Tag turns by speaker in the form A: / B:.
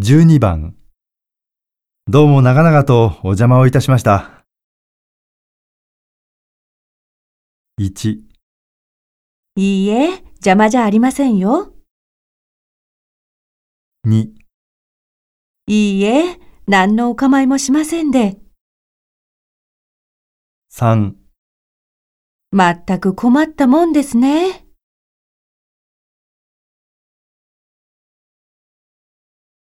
A: 12番どうも長々とお邪魔をいたしました。1、
B: いいえ、邪魔じゃありませんよ。
A: 2、
B: いいえ、何のお構いもしませんで。
A: 3
B: まったく困ったもんですね。